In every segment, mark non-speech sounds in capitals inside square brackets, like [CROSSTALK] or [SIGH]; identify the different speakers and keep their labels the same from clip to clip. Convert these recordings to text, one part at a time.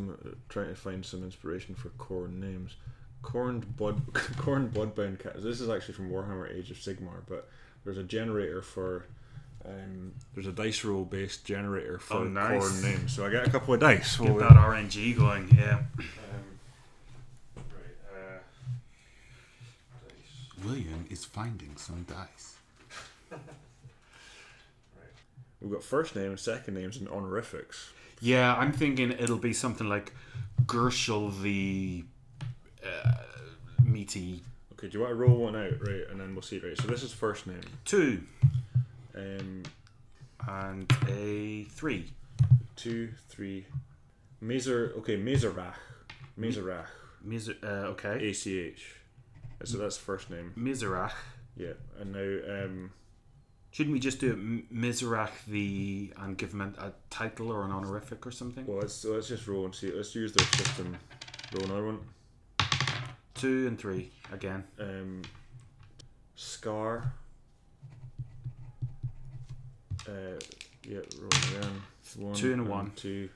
Speaker 1: uh, find some inspiration for corn names. Corned [LAUGHS] blood, corned bloodbound cat. This is actually from Warhammer Age of Sigmar, but there's a generator for. Um, there's a dice roll based generator for
Speaker 2: Oh, nice.
Speaker 1: corn names. So I get a couple of dice.
Speaker 2: Get
Speaker 1: We'll-
Speaker 2: that RNG going, yeah.
Speaker 1: um, right, uh, dice.
Speaker 3: William is finding some dice.
Speaker 1: We've got first name, second names, and honorifics.
Speaker 2: Yeah, I'm thinking it'll be something like Gershel the uh, meaty
Speaker 1: Okay, do you want to roll one out, right, and then we'll see, right? So this is first name.
Speaker 2: two
Speaker 1: Um,
Speaker 2: and a three.
Speaker 1: two, three. Mazer, okay, Mazerach. Mazerach.
Speaker 2: Miser- uh, okay,
Speaker 1: A-C-H. So that's first name.
Speaker 2: Miserach.
Speaker 1: Yeah, and now, um,
Speaker 2: Shouldn't we just do M- Miserach the and give him a, a title or an honorific or something?
Speaker 1: well, let's, let's just roll and see. Let's use their system. Roll another one.
Speaker 2: Two and three again.
Speaker 1: Um, Scar. Uh, yeah, roll again. One,
Speaker 2: Two and a one.
Speaker 1: Two.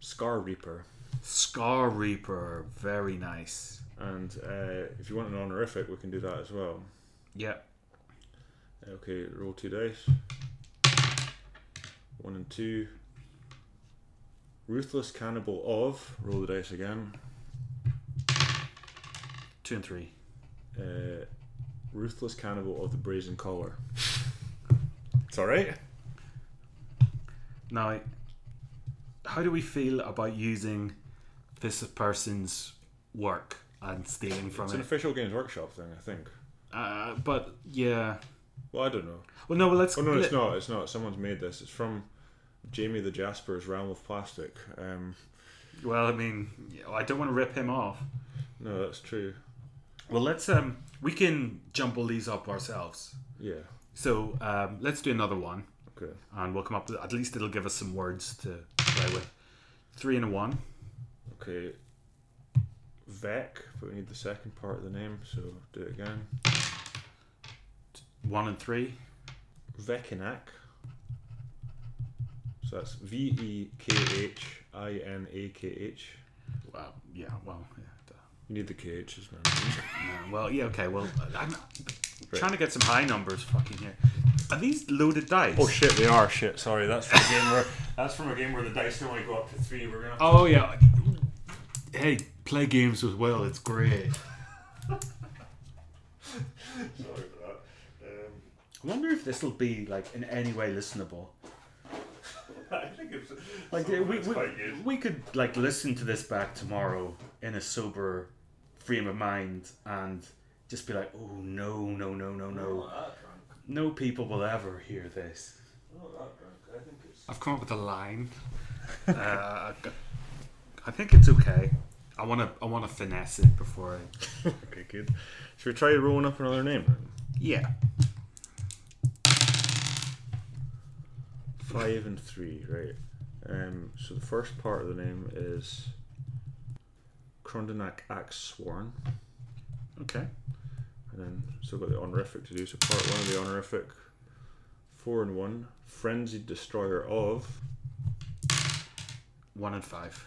Speaker 1: Scar Reaper.
Speaker 2: Scar Reaper, very nice.
Speaker 1: And uh, if you want an honorific, we can do that as well.
Speaker 2: Yeah,
Speaker 1: Okay, roll two dice. One and two. Ruthless Cannibal of. Roll the dice again.
Speaker 2: two and three.
Speaker 1: Uh, Ruthless Cannibal of the Brazen Collar. It's alright.
Speaker 2: Now, how do we feel about using this person's work and stealing from
Speaker 1: It's an
Speaker 2: it?
Speaker 1: official Games Workshop thing, I think.
Speaker 2: Uh, but yeah.
Speaker 1: Well, I don't know.
Speaker 2: Well, no. Well, let's.
Speaker 1: Oh no, it's
Speaker 2: let-
Speaker 1: not. It's not. Someone's made this. It's from Jamie the Jasper's Realm of Plastic. Um,
Speaker 2: Well, I mean, yeah, I don't want to rip him off.
Speaker 1: no, that's true.
Speaker 2: Well, let's. Um, we can jumble these up ourselves.
Speaker 1: Yeah.
Speaker 2: So um, let's do another one,
Speaker 1: Okay.
Speaker 2: and we'll come up. with At least it'll give us some words to play with. Three and a one.
Speaker 1: Okay. Vec, but we need the second part of the name, so do it again.
Speaker 2: One and three.
Speaker 1: Vekinak. So that's V E K H I N A K H.
Speaker 2: Well, yeah. Well, yeah. duh.
Speaker 1: You need the K H's, man.
Speaker 2: No, well, yeah. Okay. Well, uh, I'm trying to get some high numbers. Fucking here. Are these loaded dice?
Speaker 1: oh shit, they are shit. Sorry, that's from a game where that's from a game where the dice don't only go up to three. We're gonna.
Speaker 2: Oh yeah. Hey, play games as well. It's great.
Speaker 1: Sorry for that. Um,
Speaker 2: I wonder if this will be like in any way listenable.
Speaker 1: Um, [LAUGHS] I think it's
Speaker 2: Like we, we, we could like listen to this back tomorrow in a sober frame of mind and just be like, oh no no no no no, no people will ever hear this. I've come up with a [LAUGHS] line. uh, I think it's okay. I want to I want to finesse it before
Speaker 1: [LAUGHS]
Speaker 2: I
Speaker 1: okay, good. Should we try rolling up another name? then?
Speaker 2: yeah.
Speaker 1: Five and three, right? Um, so the first part of the name is Crondenak Axe Sworn.
Speaker 2: Okay.
Speaker 1: And then still got the honorific to do. So part one of the honorific, four and one, frenzied destroyer of
Speaker 2: One and [LAUGHS] five.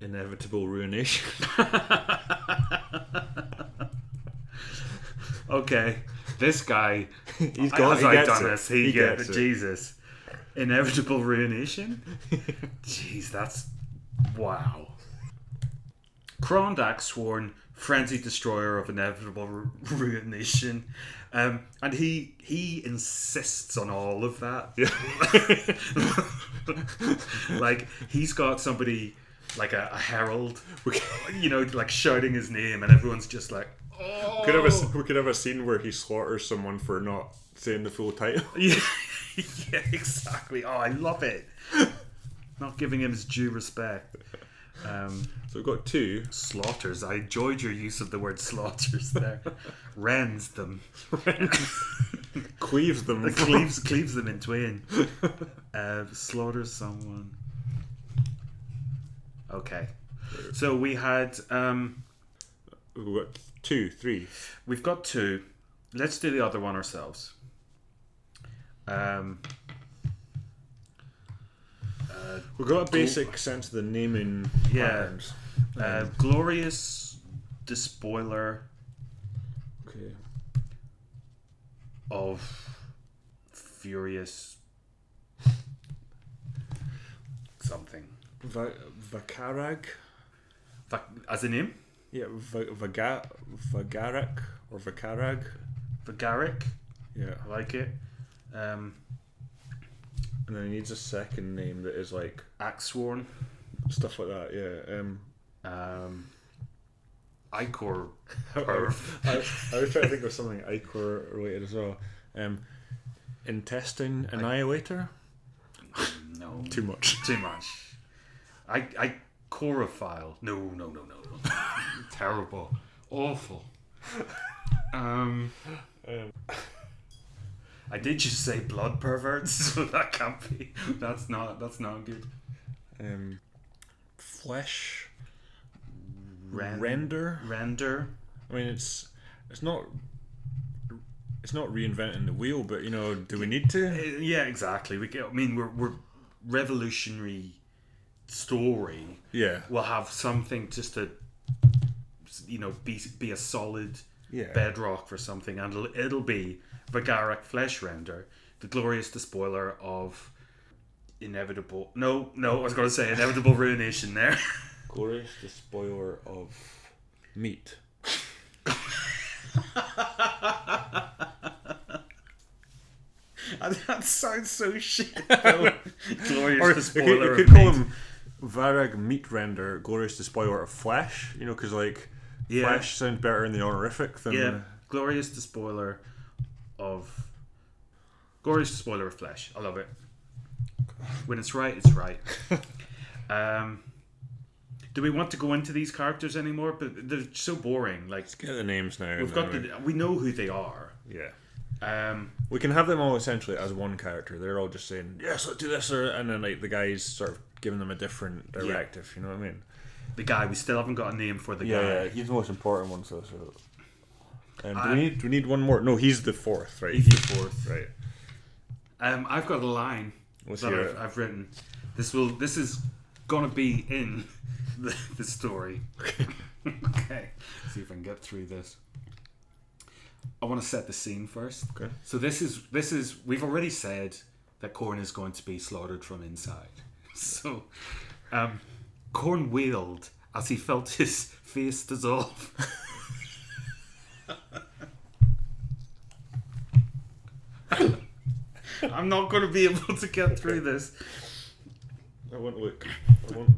Speaker 1: inevitable ruination. [LAUGHS]
Speaker 2: Okay, this guy
Speaker 1: He's
Speaker 2: has outdone us. He, gets Jesus. Inevitable ruination. Jeez, that's wow. Krondak sworn frenzied destroyer of inevitable ru- [LAUGHS] ruination, um, and he he insists on all of that. [LAUGHS] like he's got somebody like a, a herald, you know, like shouting his name, and everyone's just like, [LAUGHS] "Oh,
Speaker 1: Could have a, s- we could have a scene where he slaughters someone for not saying the full title.
Speaker 2: Yeah, yeah, exactly. Oh, I love it. Not giving him his due respect. Um,
Speaker 1: So we've got two.
Speaker 2: [LAUGHS] slaughters. I enjoyed your use of the word [LAUGHS] slaughters there. Rends them.
Speaker 1: Cleaves them.
Speaker 2: cleaves, cleaves them in twain.
Speaker 1: [LAUGHS]
Speaker 2: Uh, slaughters someone. Okay. So we had. Um,
Speaker 1: We've got two, three.
Speaker 2: we've got two. Let's do the other one ourselves. Um, uh, uh,
Speaker 1: We got a basic sense of the naming
Speaker 2: Yeah.
Speaker 1: patterns.
Speaker 2: uh, glorious despoiler
Speaker 1: Okay.
Speaker 2: of furious something.
Speaker 1: Va- Vakarag.
Speaker 2: Fuck, As a name,
Speaker 1: Yeah, Va- Vaga- Vagarak or Vakarag.
Speaker 2: Vagaric.
Speaker 1: Yeah.
Speaker 2: I like it. Um,
Speaker 1: And then he needs a second name that is like
Speaker 2: Axworn.
Speaker 1: stuff like that. Yeah. Um,
Speaker 2: Um, Icor.
Speaker 1: I,
Speaker 2: Perv.
Speaker 1: I, I was trying to think of something Icor related as well. Um, intestine annihilator.
Speaker 2: [LAUGHS] No.
Speaker 1: Too much.
Speaker 2: Too much. I I chorophile. No, no, no, no. no.
Speaker 4: [LAUGHS] Terrible. Awful. um,
Speaker 2: I did just say blood perverts, [LAUGHS] so that can't be. That's not. That's not good.
Speaker 1: Um, flesh
Speaker 2: Ren-
Speaker 1: render.
Speaker 2: render.
Speaker 1: I mean, it's it's not it's not reinventing the wheel, but you know, do we need
Speaker 2: Uh,
Speaker 1: to?
Speaker 2: Yeah, exactly. We get. I mean, we're we're revolutionary story.
Speaker 1: Yeah.
Speaker 2: We'll have something just to, you know, be be a solid
Speaker 1: Yeah.
Speaker 2: bedrock for something, and it'll, it'll be Vagaric Flesh Render, the glorious despoiler of inevitable. No, no, I was going to say inevitable
Speaker 1: [LAUGHS]
Speaker 2: ruination there.
Speaker 1: Glorious despoiler of meat.
Speaker 2: and that sounds so shit. [LAUGHS] though. glorious
Speaker 1: Or you could,
Speaker 2: despoiler
Speaker 1: you could
Speaker 2: of
Speaker 1: call
Speaker 2: meat.
Speaker 1: him Varag Meat Render, Glorious Despoiler of Flesh. You know, because like
Speaker 2: Yeah.
Speaker 1: flesh sounds better in the honorific than
Speaker 2: Yeah, glorious despoiler of glorious despoiler of flesh. I love it. When it's right,
Speaker 1: [LAUGHS]
Speaker 2: it's right. um, do we want to go into these characters anymore? But they're so boring. Like
Speaker 1: Get the names now.
Speaker 2: we've got the, we know who they are.
Speaker 1: yeah.
Speaker 2: Um,
Speaker 1: We can have them all essentially as one character. They're all just saying yes, let's do this, or and then like the guys sort of giving them a different directive. You know what I mean?
Speaker 2: the guy we still haven't got a name for the guy.
Speaker 1: Yeah, yeah, he's the most important one so so. Um, do, we need, do we need one more? No, he's the fourth, right?
Speaker 2: He's the fourth.
Speaker 1: right.
Speaker 2: Um, I've got a line
Speaker 1: Let's
Speaker 2: that
Speaker 1: hear
Speaker 2: I've,
Speaker 1: it.
Speaker 2: I've written. This will. This is gonna be in [LAUGHS] the, the story. [LAUGHS] okay. See if I can get through this. I want to set the scene first.
Speaker 1: Okay.
Speaker 2: So this is this is we've already said that corn is going to be slaughtered from inside. [LAUGHS] So, um, corn wailed as he felt his [LAUGHS] face dissolve. [LAUGHS] I'm not going to be able to get through this.
Speaker 1: I won't look. I won't.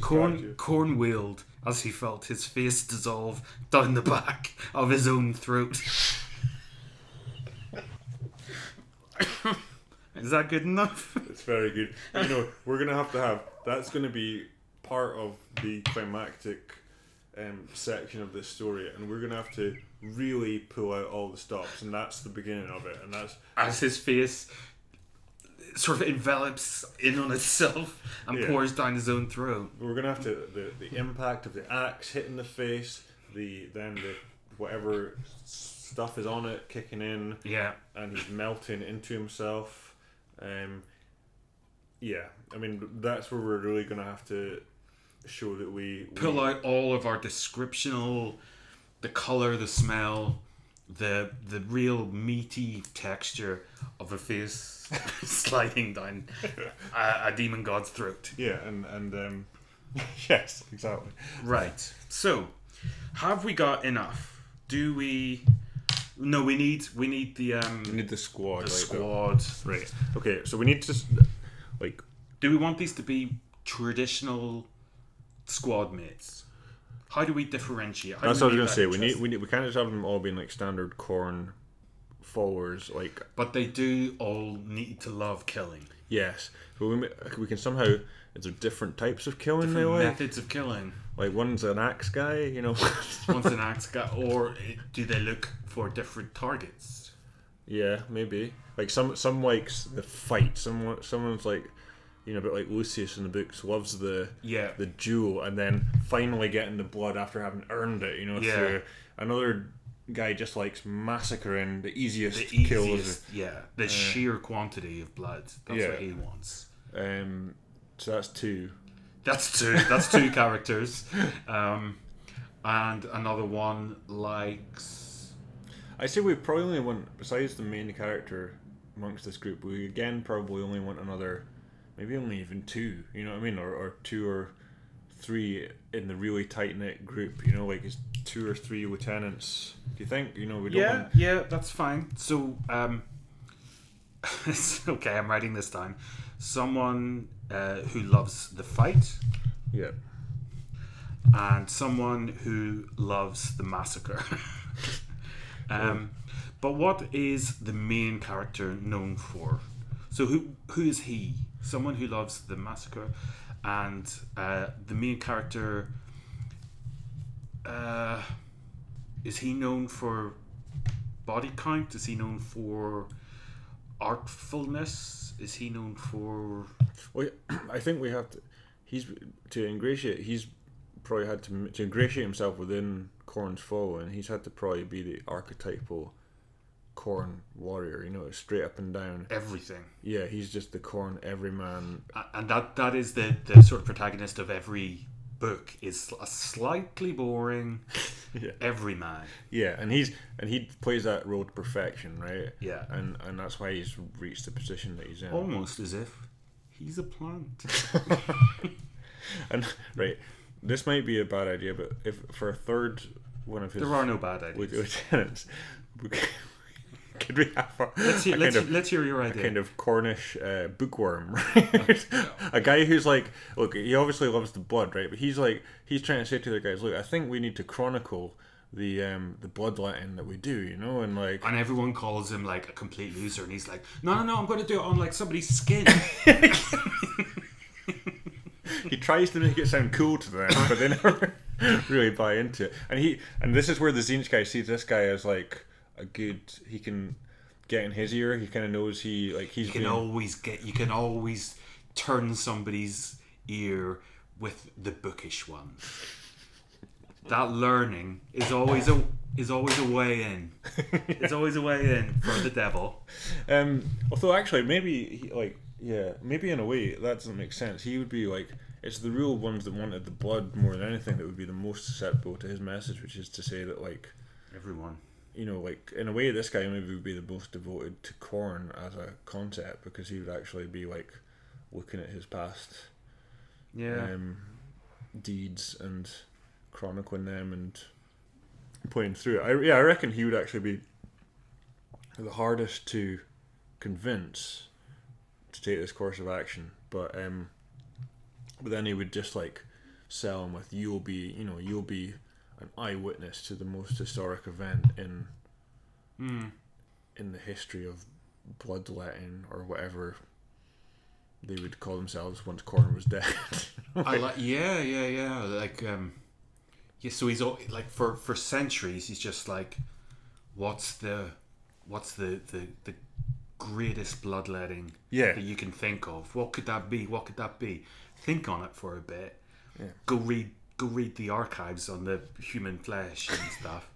Speaker 2: Corn, corn wailed as he felt his face dissolve down the back of his own throat. [LAUGHS] Is that good enough?
Speaker 1: It's very good. You know, we're gonna have to have that's gonna be part of the climactic um, section of this story, and we're gonna have to really pull out all the stops, and that's the beginning of it, and that's
Speaker 2: [LAUGHS] As his face sort of envelops in on itself and
Speaker 1: Yeah.
Speaker 2: pours down his own throat.
Speaker 1: we're gonna have to the, the impact of the axe hitting the face, the then the whatever stuff is on it kicking in.
Speaker 2: Yeah.
Speaker 1: and he's melting into himself. Um, yeah, I mean that's where we're really gonna have to show that we we-
Speaker 2: Pull out all of our descriptional, the color, the smell, the the real meaty texture of a face [LAUGHS] sliding
Speaker 1: [LAUGHS]
Speaker 2: down uh, a, a demon god's throat.
Speaker 1: Yeah, and and um, [LAUGHS] yes, exactly.
Speaker 2: Right. So, have we got enough? Do we? No, we need we need the um
Speaker 1: need the squad.
Speaker 2: the squad.
Speaker 1: Right. Okay, so we need to s- like
Speaker 2: Do we want these to be traditional squad mates? How do we differentiate? How
Speaker 1: that's
Speaker 2: do
Speaker 1: what I was
Speaker 2: make
Speaker 1: gonna
Speaker 2: that
Speaker 1: say. We need
Speaker 2: interesting?
Speaker 1: we need we can't just have them all being like standard corn followers like
Speaker 2: but they do all need to love killing.
Speaker 1: yes but we, ma- we can somehow it's different types of killing they like
Speaker 2: Methods of killing.
Speaker 1: like one's an axe guy you [LAUGHS] know
Speaker 2: Once an axe guy, or do they look for different targets?
Speaker 1: Yeah, maybe. Like some some likes the fight. Someone someone's like, you know, a bit like Lucius in the books loves the
Speaker 2: Yeah.
Speaker 1: the duel, and then finally getting the blood after having earned it. You know,
Speaker 2: Yeah.
Speaker 1: through another guy just likes massacring the easiest,
Speaker 2: The
Speaker 1: kills.
Speaker 2: easiest, uh, yeah, the sheer quantity of blood. That's
Speaker 1: yeah.
Speaker 2: what he wants.
Speaker 1: Um, So that's two.
Speaker 2: That's two. That's two [LAUGHS] characters. Um, and another one likes.
Speaker 1: I say we probably only want, besides the main character amongst this group, we again probably only want another, maybe only even two. You know what I mean? Or, or two or three in the really tight knit group. You know, like it's two or three lieutenants. Do you think? You know, we don't.
Speaker 2: Yeah,
Speaker 1: Want,
Speaker 2: yeah, that's fine. So, um, [LAUGHS] okay, I'm writing this down. Someone uh, who loves the fight
Speaker 1: yeah.
Speaker 2: and someone who loves the massacre. [LAUGHS] um, but what is the main character known for? So who who is he? Someone who loves the massacre, and uh, the main character. Uh, is he known for body count? Is he known for artfulness? Is he known for
Speaker 1: Well, [CLEARS THROAT] I think we have to. He's to ingratiate. He's probably had to to ingratiate himself within Corn's following. He's had to probably be the archetypal Corn warrior. You know, straight up and down.
Speaker 2: everything?
Speaker 1: Yeah, he's just the Corn everyman.
Speaker 2: A- and that that is the the sort of protagonist of every book is a slightly boring
Speaker 1: [LAUGHS] Yeah.
Speaker 2: everyman
Speaker 1: Yeah, and he's and he plays that role to perfection, right?
Speaker 2: Yeah. Oh
Speaker 1: and and that's why he's reached the position that he's in. [LAUGHS]
Speaker 2: almost as if he's a plant
Speaker 1: And right, this might be a bad idea, but if for a third one of his
Speaker 2: there are no bad ideas
Speaker 1: with lieutenants, we [LAUGHS] could, could we have a,
Speaker 2: let's, hear,
Speaker 1: a
Speaker 2: let's,
Speaker 1: kind of
Speaker 2: let's hear your idea
Speaker 1: kind of Cornish uh, bookworm, [LAUGHS] right? a guy who's like, look, he obviously loves the blood, right? But he's like, he's trying to say to the guys, look, I think we need to chronicle the um the bloodletting that we do, you know, and
Speaker 2: [LAUGHS]
Speaker 1: like
Speaker 2: and everyone calls him like a complete loser and he's like no no no i'm going to do it on like somebody's
Speaker 1: [LAUGHS]
Speaker 2: skin
Speaker 1: he tries to make it sound cool to them, but they [LAUGHS] never really buy into it. And he and this is where the Zinch guy sees this guy as like a good. He can get in his ear. He kind of knows he like he's
Speaker 2: you can
Speaker 1: been-
Speaker 2: always get you can always turn somebody's ear with the bookish one that learning is always a is always a way in
Speaker 1: [LAUGHS]
Speaker 2: it's always a way in for the devil
Speaker 1: Um, although actually, maybe he, like yeah, maybe in a way that doesn't make sense. He would be like it's the real ones that wanted the blood more than anything that would be the most susceptible to his message, which is to say that like
Speaker 2: everyone
Speaker 1: you know like in a way this guy maybe would be the most devoted to corn as a concept because he would actually be like looking at his past
Speaker 2: yeah
Speaker 1: um, deeds and chronicling them and playing through it. I, yeah, I reckon he would actually be the hardest to convince to take this course of action, but um, but then he would just like sell him with you'll be you know you'll be an eyewitness to the most historic event in in the history of bloodletting or whatever they would call themselves once Corn was dead. [LAUGHS]
Speaker 2: [LAUGHS] I like yeah yeah yeah like um yeah so he's all like for for centuries he's just like what's the what's the the, the greatest bloodletting
Speaker 1: Yeah.
Speaker 2: that you can think of what could that be what could that be think on it for a bit go read go read the archives on the human flesh and [LAUGHS] stuff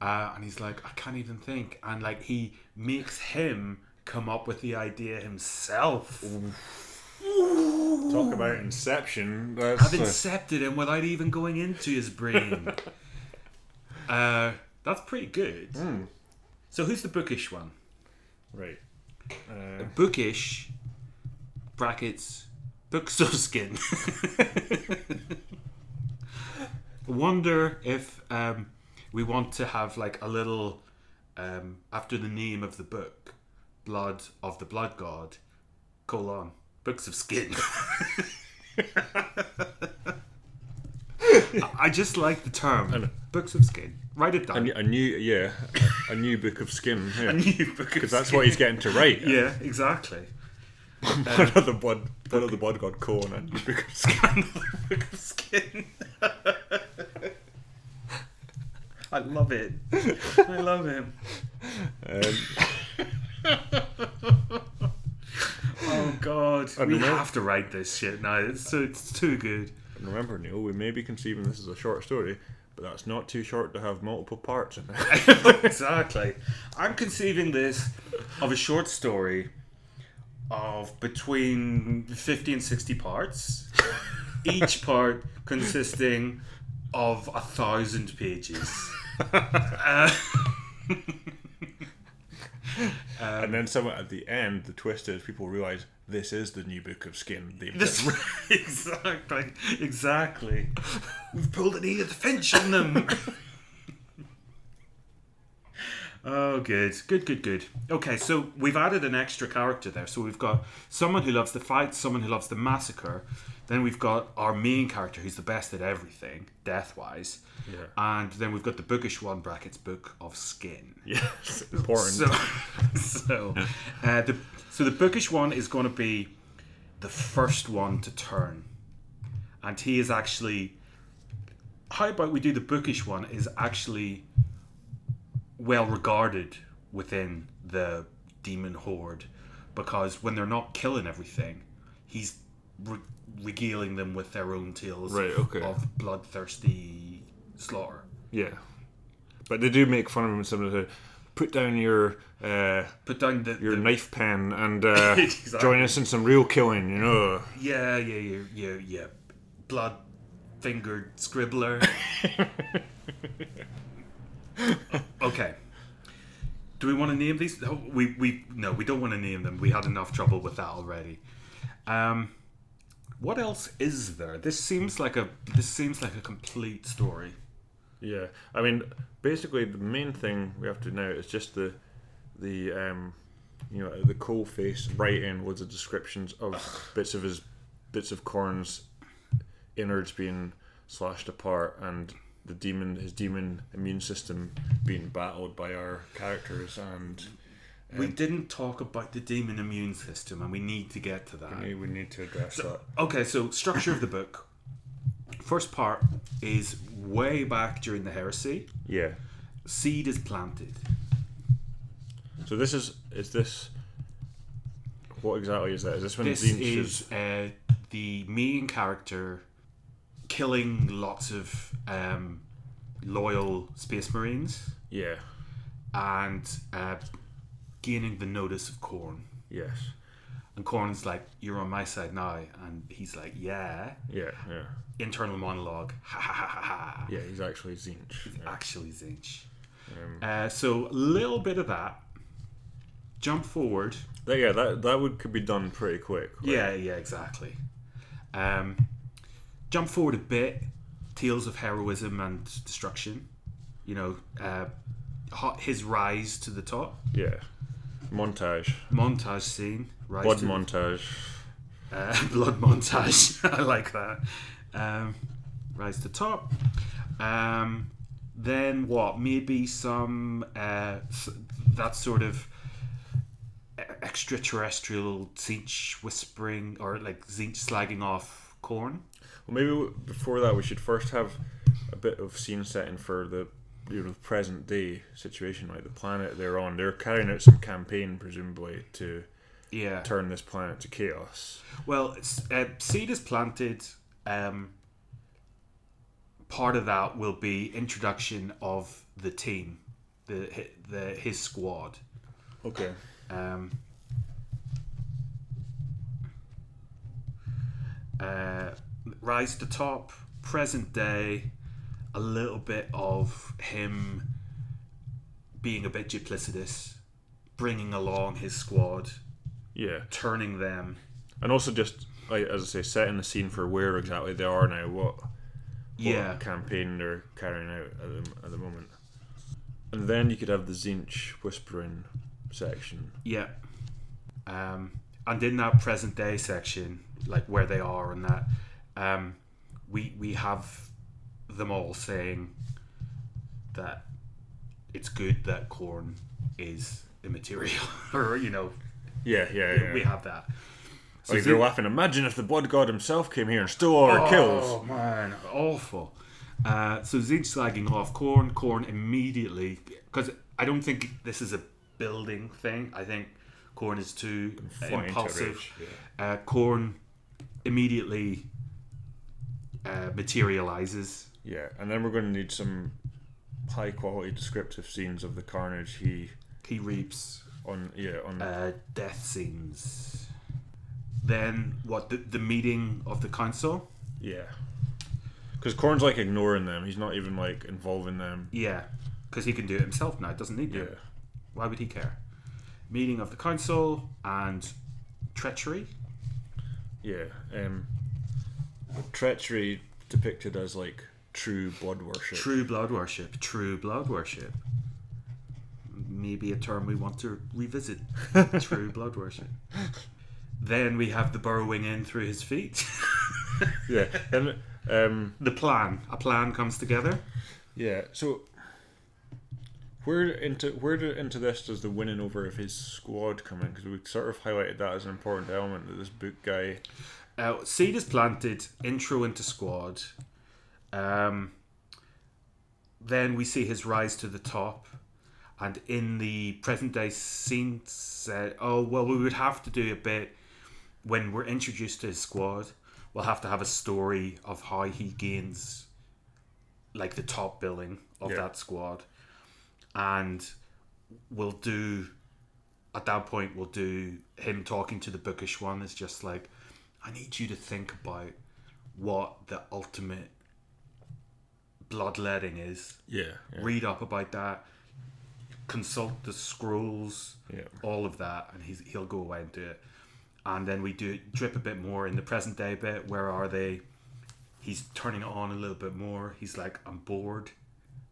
Speaker 2: uh, and he's like i can't even think and like he makes him come up with the idea himself
Speaker 1: Talk about Inception. That's [LAUGHS]
Speaker 2: I've incepted him without even going into his brain. uh, that's pretty good. So who's the bookish one?
Speaker 1: right. Uh,
Speaker 2: Bookish brackets books of skin. [LAUGHS] Wonder if um, we want to have like a little um, after the name of the book, blood of the blood god, colon books of skin. [LAUGHS] I- I just like the term books of skin. Write it
Speaker 1: a,
Speaker 2: down. [LAUGHS]
Speaker 1: new- a new, yeah, a new book of skin. Yeah.
Speaker 2: New book of
Speaker 1: because that's what he's getting to write.
Speaker 2: Yeah, exactly.
Speaker 1: one of the blood, one of the blood god corn and new book of skin.
Speaker 2: Another book of skin.
Speaker 5: I love it. I love him.
Speaker 1: Um,
Speaker 5: Oh God.
Speaker 1: I
Speaker 2: We
Speaker 1: don't know.
Speaker 2: have to write this shit now. It's too, it's too good.
Speaker 1: and remember, Neil, we may be conceiving this as a short story, but that's not too short to have multiple parts in it.
Speaker 5: exactly. I'm conceiving this of a short story of between 50 and 60 parts,
Speaker 1: [LAUGHS]
Speaker 5: each part consisting of a thousand pages. Uh,
Speaker 1: and then someone at the end, the twist is people realize this is the new book of skin. They've just
Speaker 5: this,
Speaker 2: [LAUGHS]
Speaker 1: read.
Speaker 5: exactly, exactly. We've pulled an
Speaker 2: E
Speaker 5: Edith Finch on them.
Speaker 2: Oh, good, good, good, good. Okay, so we've added an extra character there. So we've got someone who loves the fight, someone who loves the massacre. Then we've got our main character who's the best at everything, death wise.
Speaker 1: Yeah.
Speaker 2: And then we've got the bookish one brackets book of skin.
Speaker 1: [LAUGHS] Yes, important.
Speaker 2: So, [LAUGHS] so, uh, the so the bookish one is going to be the first one to turn, and he is actually. How about we do the bookish one is actually well regarded within the demon horde, because when they're not killing everything, he's re- regaling them with their own tales
Speaker 1: Right, okay.
Speaker 2: of bloodthirsty slaughter.
Speaker 1: yeah, but they do make fun of him when someone says, "Put down your uh,
Speaker 2: Put down the,
Speaker 1: your
Speaker 2: the
Speaker 1: knife pen and [LAUGHS] uh,
Speaker 2: Exactly.
Speaker 1: join us in some real killing." You know.
Speaker 2: Yeah, yeah, yeah, yeah, yeah. Blood fingered scribbler. okay. Do we want to name these? No, we we no, we don't want to name them. We had enough trouble with that already. Um, what else is there? This seems like a this seems like a complete story.
Speaker 1: Yeah, I mean, basically the main thing we have to know is just the, the um, you know, the coal face writing loads of descriptions of
Speaker 2: [SIGHS]
Speaker 1: bits of his, bits of corn's, innards being slashed apart and the demon, his demon immune system being battled by our characters and
Speaker 2: we didn't talk about the demon immune system, and we need to get to that.
Speaker 1: we we need to address that.
Speaker 2: Okay, so structure of the book. First part is way back during the heresy.
Speaker 1: Yeah.
Speaker 2: Seed is planted.
Speaker 1: So this is is this. What exactly is that? Is this when
Speaker 2: This
Speaker 1: Dean
Speaker 2: is
Speaker 1: shows-
Speaker 2: uh, the main character killing lots of um, loyal space marines
Speaker 1: Yeah.
Speaker 2: and uh, gaining the notice of Korn.
Speaker 1: Yes.
Speaker 2: And Korn's like, "You're on my side now," and he's like, "Yeah."
Speaker 1: Yeah. Yeah.
Speaker 2: Internal monologue. [LAUGHS] Ha ha ha ha ha.
Speaker 1: Yeah, he's actually Zinch. Yeah.
Speaker 2: actually Zinch. uh, so a little bit of that. Jump forward.
Speaker 1: That- yeah, that that would could be done pretty quick. right?
Speaker 2: Yeah, yeah, exactly. Um, jump forward a bit. Tales of heroism and destruction. You know, uh, ho- his rise to the top.
Speaker 1: Yeah. Montage.
Speaker 2: Montage scene. Rise
Speaker 1: Blood
Speaker 2: to the
Speaker 1: montage.
Speaker 2: uh, [LAUGHS] blood montage. [LAUGHS] I like that. Um, rise to top. Um, then what? Maybe some uh, s- that sort of e- extraterrestrial Zinch whispering or like Zinch slagging off corn.
Speaker 1: Well, maybe w- before that, we should first have a bit of scene setting for the you know present day situation, like the planet they're on. They're carrying out some campaign, presumably, to
Speaker 2: Yeah.
Speaker 1: turn this planet to chaos.
Speaker 2: Well, s- uh, seed is planted. Um, part of that will be introduction of the team, the hi- the his squad.
Speaker 1: Okay.
Speaker 2: Um, uh, rise to top, present day, a little bit of him being a bit duplicitous, bringing along his squad,
Speaker 1: Yeah,
Speaker 2: turning them.
Speaker 1: and also just like as I say, setting the scene for where exactly they are now. What yeah.
Speaker 2: Yeah,
Speaker 1: campaign they're carrying out at the, at the moment. And then you could have the Zinch whispering section.
Speaker 2: yeah. Um, and in that present day section, like where they are and that, um, we we have them all saying that it's good that corn is immaterial, [LAUGHS] or you know,
Speaker 1: Yeah, yeah, yeah.
Speaker 2: we have that. So
Speaker 1: like
Speaker 2: they-
Speaker 1: they're laughing. Imagine if the blood god himself came here and stole all our kills.
Speaker 2: Oh man, awful. Uh, so Zed slagging off Corn. Corn immediately because I don't think this is a building thing. I think Corn is too
Speaker 1: Flying to
Speaker 2: impulsive.
Speaker 1: rage, yeah.
Speaker 2: Uh, Corn immediately uh, materializes.
Speaker 1: Yeah, and then we're going to need some high quality descriptive scenes of the carnage he
Speaker 2: He reaps
Speaker 1: on yeah on
Speaker 2: uh, death scenes. then what the, the meeting of the council?
Speaker 1: Yeah. Because Corn's like ignoring them. He's not even like involving them.
Speaker 2: Yeah, because he can do it himself now. Doesn't need
Speaker 1: Yeah.
Speaker 2: them. Why would he care? Meeting of the council and treachery.
Speaker 1: Yeah. Um, treachery depicted as like true blood worship.
Speaker 2: True blood worship. True blood worship. Maybe a term we want to revisit. True blood worship. Then we have the burrowing in through his feet. [LAUGHS]
Speaker 1: Yeah. And um,
Speaker 2: the plan. A plan comes together.
Speaker 1: yeah. So where into where do, into this does the winning over of his squad come in? Because we sort of highlighted that as an important element that this book guy.
Speaker 2: Uh, seed is planted. Intro into squad. Um, then we see his rise to the top. And in the present day scene, said, "Oh well, we would have to do a bit when we're introduced to his squad. We'll have to have a story of how he gains, like the top billing of
Speaker 1: Yeah.
Speaker 2: that squad, and we'll do. At that point, we'll do him talking to the bookish one. Is just like, I need you to think about what the ultimate bloodletting is.
Speaker 1: Yeah. Yeah.
Speaker 2: Read up about that. Consult the scrolls
Speaker 1: yeah.
Speaker 2: all of that, and he's, he'll go away and do it. And then we do drip a bit more in the present day bit. Where are they? He's turning it on a little bit more. He's like, I'm bored.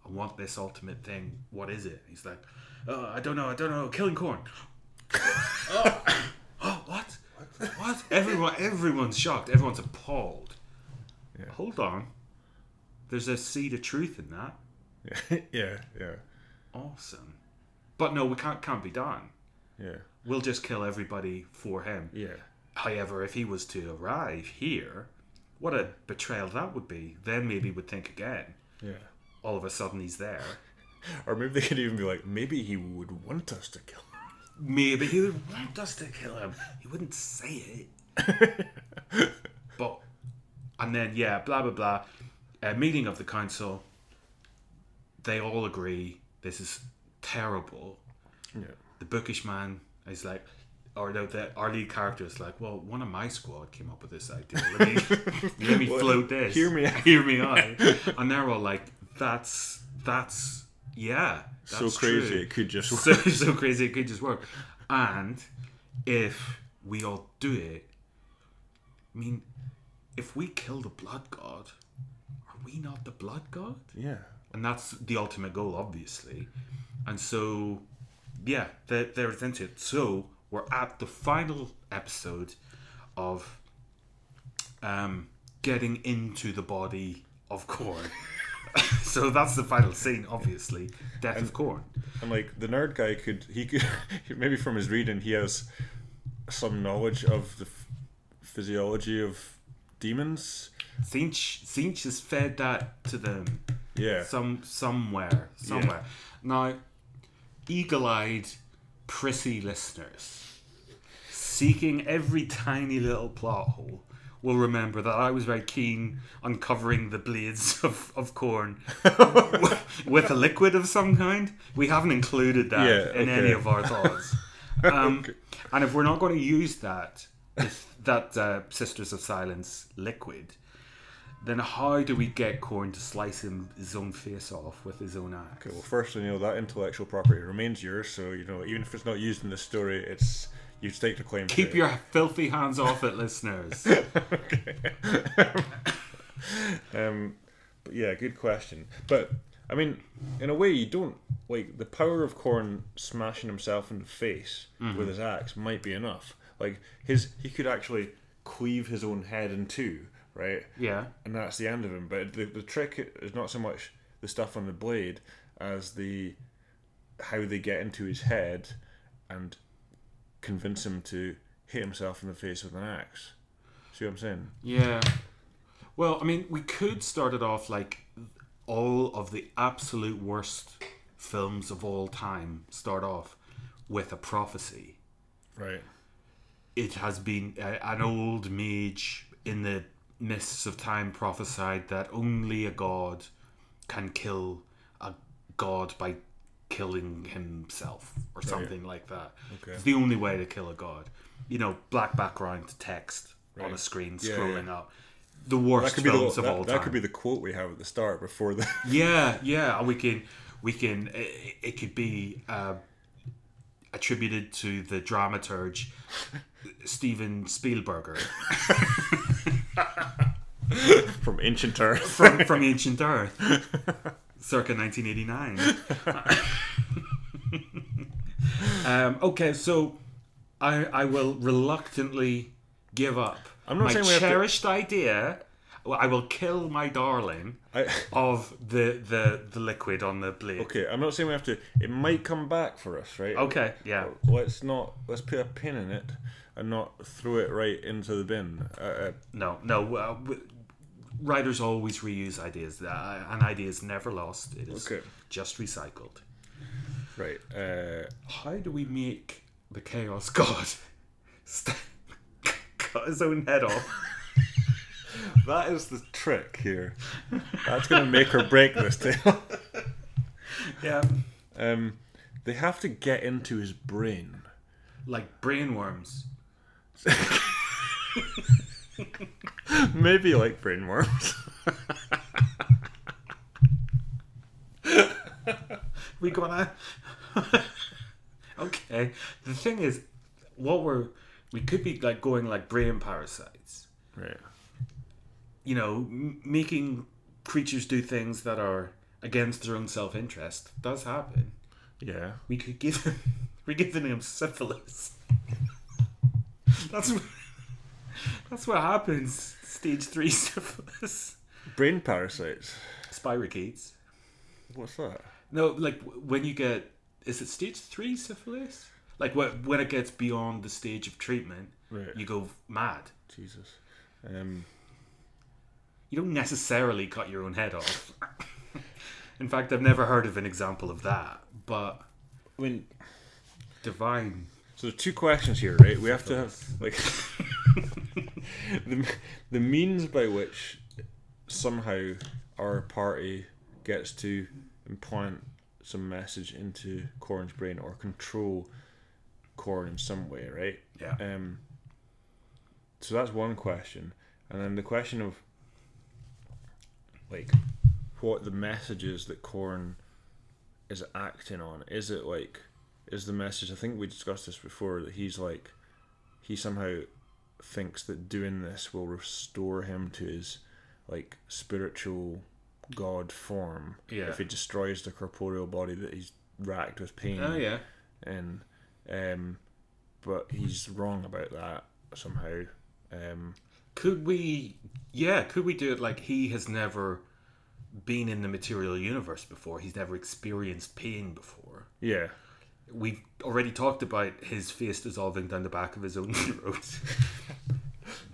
Speaker 2: I want this ultimate thing. What is it? He's like, oh, I don't know. I don't know.
Speaker 1: [COUGHS]
Speaker 2: Killing corn. oh, [GASPS] what? What? Everyone, everyone's shocked. Everyone's appalled.
Speaker 1: Yeah.
Speaker 2: Hold on. There's a seed of truth in that.
Speaker 1: [LAUGHS] Yeah. yeah. Yeah.
Speaker 2: Awesome. But no, we can't. Can't be done.
Speaker 1: Yeah.
Speaker 2: We'll just kill everybody for him.
Speaker 1: Yeah.
Speaker 2: However, if he was to arrive here, what a betrayal that would be. Then maybe we'd think again.
Speaker 1: Yeah.
Speaker 2: All of a sudden he's there.
Speaker 1: Or maybe they could even be like, maybe he would want us to kill him.
Speaker 2: Maybe he would want us to kill him. He wouldn't say it. but, and then, yeah, blah, blah, blah. A meeting of the council. They all agree this is terrible.
Speaker 1: [LAUGHS] Yeah.
Speaker 2: the bookish man is like, or the, the our lead character is like, well, one of my squad came up with this idea.
Speaker 1: [LAUGHS]
Speaker 2: Let me, let me
Speaker 1: Well,
Speaker 2: float this.
Speaker 1: hear
Speaker 2: [LAUGHS]
Speaker 1: me out.
Speaker 2: hear me out. And they're all like, that's that's yeah, that's
Speaker 1: so crazy
Speaker 2: true.
Speaker 1: it could just
Speaker 2: [LAUGHS] So so crazy it could just work. And if we all do it, I mean, if we kill the blood god, are we not the blood god?
Speaker 1: [LAUGHS] yeah
Speaker 2: and that's the ultimate goal, obviously. And so, yeah, there, there's into it. So we're at the final episode of um, getting into the body of Corn. [LAUGHS] so that's the final scene, obviously. Death of Corn.
Speaker 1: and like the nerd guy could he could [LAUGHS] maybe from his reading he has some knowledge of the f- physiology of demons
Speaker 2: Sinch, Sinch has fed that to them.
Speaker 1: yeah
Speaker 2: Some somewhere, somewhere. Now, eagle-eyed, prissy listeners, seeking every tiny little plot hole, will remember that I was very keen on covering the blades [LAUGHS] of, of
Speaker 1: [LAUGHS]
Speaker 2: corn w- with a liquid of some kind. We haven't included that
Speaker 1: Yeah,
Speaker 2: in
Speaker 1: okay.
Speaker 2: any of our thoughts.
Speaker 1: [LAUGHS]
Speaker 2: Um, And if we're not going to use that, if that uh, Sisters of Silence liquid, then how do we get Corn to slice him his own face off with his own axe?
Speaker 1: okay well firstly you know that intellectual property remains yours so you know even if it's not used in the story it's you stake the claim to
Speaker 2: Keep
Speaker 1: it.
Speaker 2: your filthy hands off it, listeners.
Speaker 1: um but yeah good question but I mean in a way you don't like the power of Corn smashing himself in the face with his axe might be enough like his he could actually cleave his own head in two right
Speaker 2: Yeah.
Speaker 1: and that's the end of him. But the, the trick is not so much the stuff on the blade as the how they get into his head and convince him to hit himself in the face with an axe. See what I'm saying?
Speaker 2: Yeah. Well, I mean, we could start it off like all of the absolute worst films of all time start off with a prophecy.
Speaker 1: Right.
Speaker 2: it has been uh, an old mage in the mists of time prophesied that only a god can kill a god by killing himself or
Speaker 1: yeah.
Speaker 2: something like that.
Speaker 1: Okay.
Speaker 2: It's the only way to kill a god. You know, black background text on a
Speaker 1: Right.
Speaker 2: screen
Speaker 1: Yeah,
Speaker 2: scrolling
Speaker 1: yeah.
Speaker 2: up. The worst
Speaker 1: That could be the,
Speaker 2: films of all
Speaker 1: that,
Speaker 2: time.
Speaker 1: that could be the quote we have at the start before
Speaker 2: [LAUGHS]
Speaker 1: the.
Speaker 2: Yeah, yeah, and we can, we can. It, it could be uh, attributed to the
Speaker 1: [LAUGHS]
Speaker 2: dramaturge Steven Spielberger
Speaker 1: from ancient Earth. [LAUGHS]
Speaker 2: from, from Ancient Earth,
Speaker 1: [LAUGHS]
Speaker 2: circa 1989. um, okay, so I, I will reluctantly give up
Speaker 1: I'm not
Speaker 2: my
Speaker 1: saying we have to-
Speaker 2: cherished idea. Well, I will kill my darling
Speaker 1: I,
Speaker 2: [LAUGHS] of the, the, the liquid on the blade.
Speaker 1: okay, I'm not saying we have to. It might come back for us, right?
Speaker 2: Okay, yeah.
Speaker 1: Let's not. Let's put a pin in it and not throw it right into the bin. Uh, uh,
Speaker 2: No, no. Uh, w- writers always reuse ideas. Uh, an idea is never lost. It is
Speaker 1: Okay.
Speaker 2: just recycled.
Speaker 1: right. Uh,
Speaker 2: How do we make the chaos god [LAUGHS] st- cut his own head off?
Speaker 1: that is the trick here. That's going to make or break this tale.
Speaker 2: [LAUGHS] yeah,
Speaker 1: Um, [LAUGHS] they have to get into his brain.
Speaker 2: like brainworms.
Speaker 1: Maybe like brainworms.
Speaker 2: We gonna. [LAUGHS] okay. The thing is, what we're we could be like going like brain parasites.
Speaker 1: [LAUGHS] right.
Speaker 2: You know, m- making creatures do things that are against their own self-interest does happen.
Speaker 1: Yeah.
Speaker 2: we could give him [LAUGHS] we're giving him syphilis. that's what, that's what happens. Stage three syphilis.
Speaker 1: Brain parasites.
Speaker 2: Spirochetes.
Speaker 1: What's that?
Speaker 2: No, like w- when you get is it stage three syphilis? Like wh- when it gets beyond the stage of treatment,
Speaker 1: Right.
Speaker 2: you go mad.
Speaker 1: Jesus. Um,
Speaker 2: You don't necessarily cut your own head off. [LAUGHS] In fact, I've never heard of an example of that. But
Speaker 1: I mean,
Speaker 2: divine.
Speaker 1: so there's two questions here, right? We have to have like [LAUGHS] the the means by which somehow our party gets to implant some message into Corn's brain or control Corn in some way, right?
Speaker 2: Yeah.
Speaker 1: Um, so that's one question, and then the question of like what the message is that Corn is acting on. Is it like is the message? I think we discussed this before that he's like he somehow thinks that doing this will restore him to his like spiritual god form
Speaker 2: Yeah.
Speaker 1: if he destroys the corporeal body that he's racked with pain
Speaker 2: Oh yeah.
Speaker 1: in, um, but he's wrong about that somehow. Um,
Speaker 2: Could we, yeah, could we do it like he has never been in the material universe before? He's never experienced pain before.
Speaker 1: yeah,
Speaker 2: We've already talked about his face dissolving down the back of his own [LAUGHS] throat.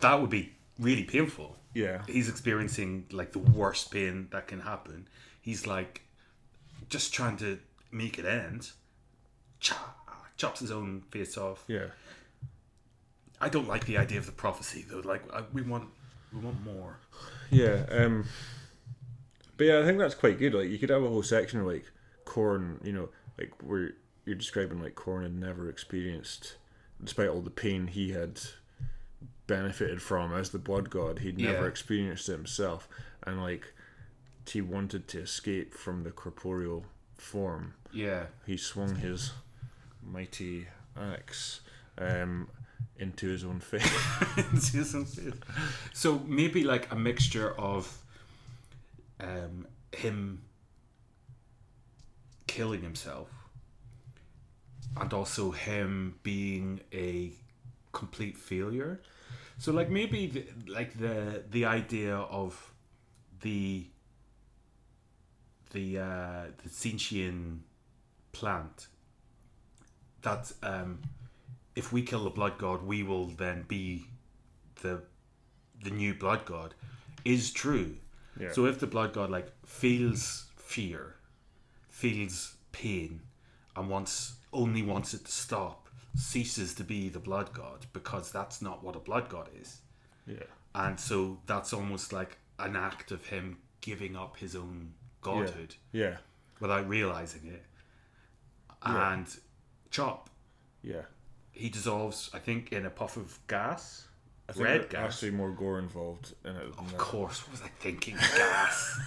Speaker 2: that would be really painful.
Speaker 1: yeah,
Speaker 2: He's experiencing like the worst pain that can happen. He's like just trying to make it end. Cha- chops his own face off.
Speaker 1: yeah.
Speaker 2: I don't like the idea of the prophecy though. Like I, we want, we want more.
Speaker 1: Yeah. Um, but yeah, I think that's quite good. Like you could have a whole section of like corn, you know, like where you're describing like corn had never experienced, despite all the pain he had benefited from as the blood god, he'd never
Speaker 2: Yeah.
Speaker 1: experienced it himself, and like he wanted to escape from the corporeal form.
Speaker 2: Yeah.
Speaker 1: he swung his mighty axe um, into his own face.
Speaker 2: [LAUGHS] Season six. So maybe like a mixture of um, him killing himself and also him being a complete failure. So like maybe the, like the the idea of the the uh, the sentient plant that um, if we kill the blood god, we will then be the the new blood god is true.
Speaker 1: Yeah.
Speaker 2: So if the blood god like feels fear, feels pain, and wants only wants it to stop, ceases to be the blood god because that's not what a blood god is.
Speaker 1: yeah.
Speaker 2: And so that's almost like an act of him giving up his own
Speaker 1: Yeah.
Speaker 2: godhood
Speaker 1: Yeah.
Speaker 2: without realizing it.
Speaker 1: Yeah.
Speaker 2: and Chop.
Speaker 1: Yeah.
Speaker 2: He dissolves, I think, in a puff of gas.
Speaker 1: I think
Speaker 2: Red
Speaker 1: there's
Speaker 2: gas.
Speaker 1: actually more gore involved in it. Than
Speaker 2: Of
Speaker 1: that.
Speaker 2: course, what was I thinking?
Speaker 1: [LAUGHS]
Speaker 2: Gas.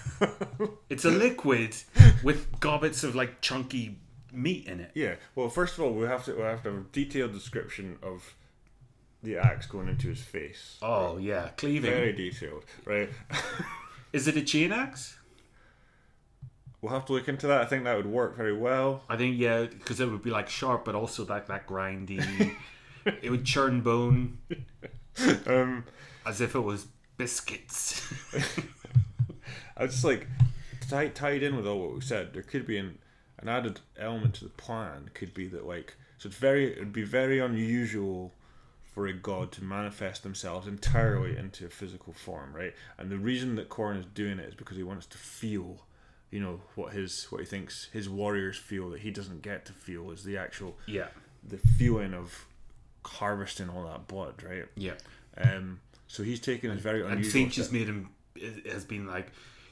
Speaker 2: it's a liquid with gobbets of like chunky meat in it.
Speaker 1: Yeah. Well, first of all, we have to we have to have a detailed description of the axe going into his face.
Speaker 2: Oh yeah, cleaving.
Speaker 1: Very detailed, right? [LAUGHS]
Speaker 2: Is it a chain axe?
Speaker 1: We'll have to look into that. I think that would work very well.
Speaker 2: I think yeah, because it would be like sharp, but also like
Speaker 1: [LAUGHS]
Speaker 2: that grindy. it would churn bone
Speaker 1: Um,
Speaker 2: as if it was biscuits. [LAUGHS]
Speaker 1: I was just like tie, tied in with all what we said. There could be an, an added element to the plan. Could be that like so it's very it'd be very unusual for a god to manifest themselves entirely into a physical form, right? And the reason that Korn is doing it is because he wants to feel, you know, what his what he thinks his warriors feel that he doesn't get to feel is the actual
Speaker 2: yeah,
Speaker 1: the feeling of harvesting all that blood, right?
Speaker 2: yeah.
Speaker 1: Um, so he's taking his very
Speaker 2: And
Speaker 1: unusual.
Speaker 2: Finch
Speaker 1: step.
Speaker 2: has made him has been like,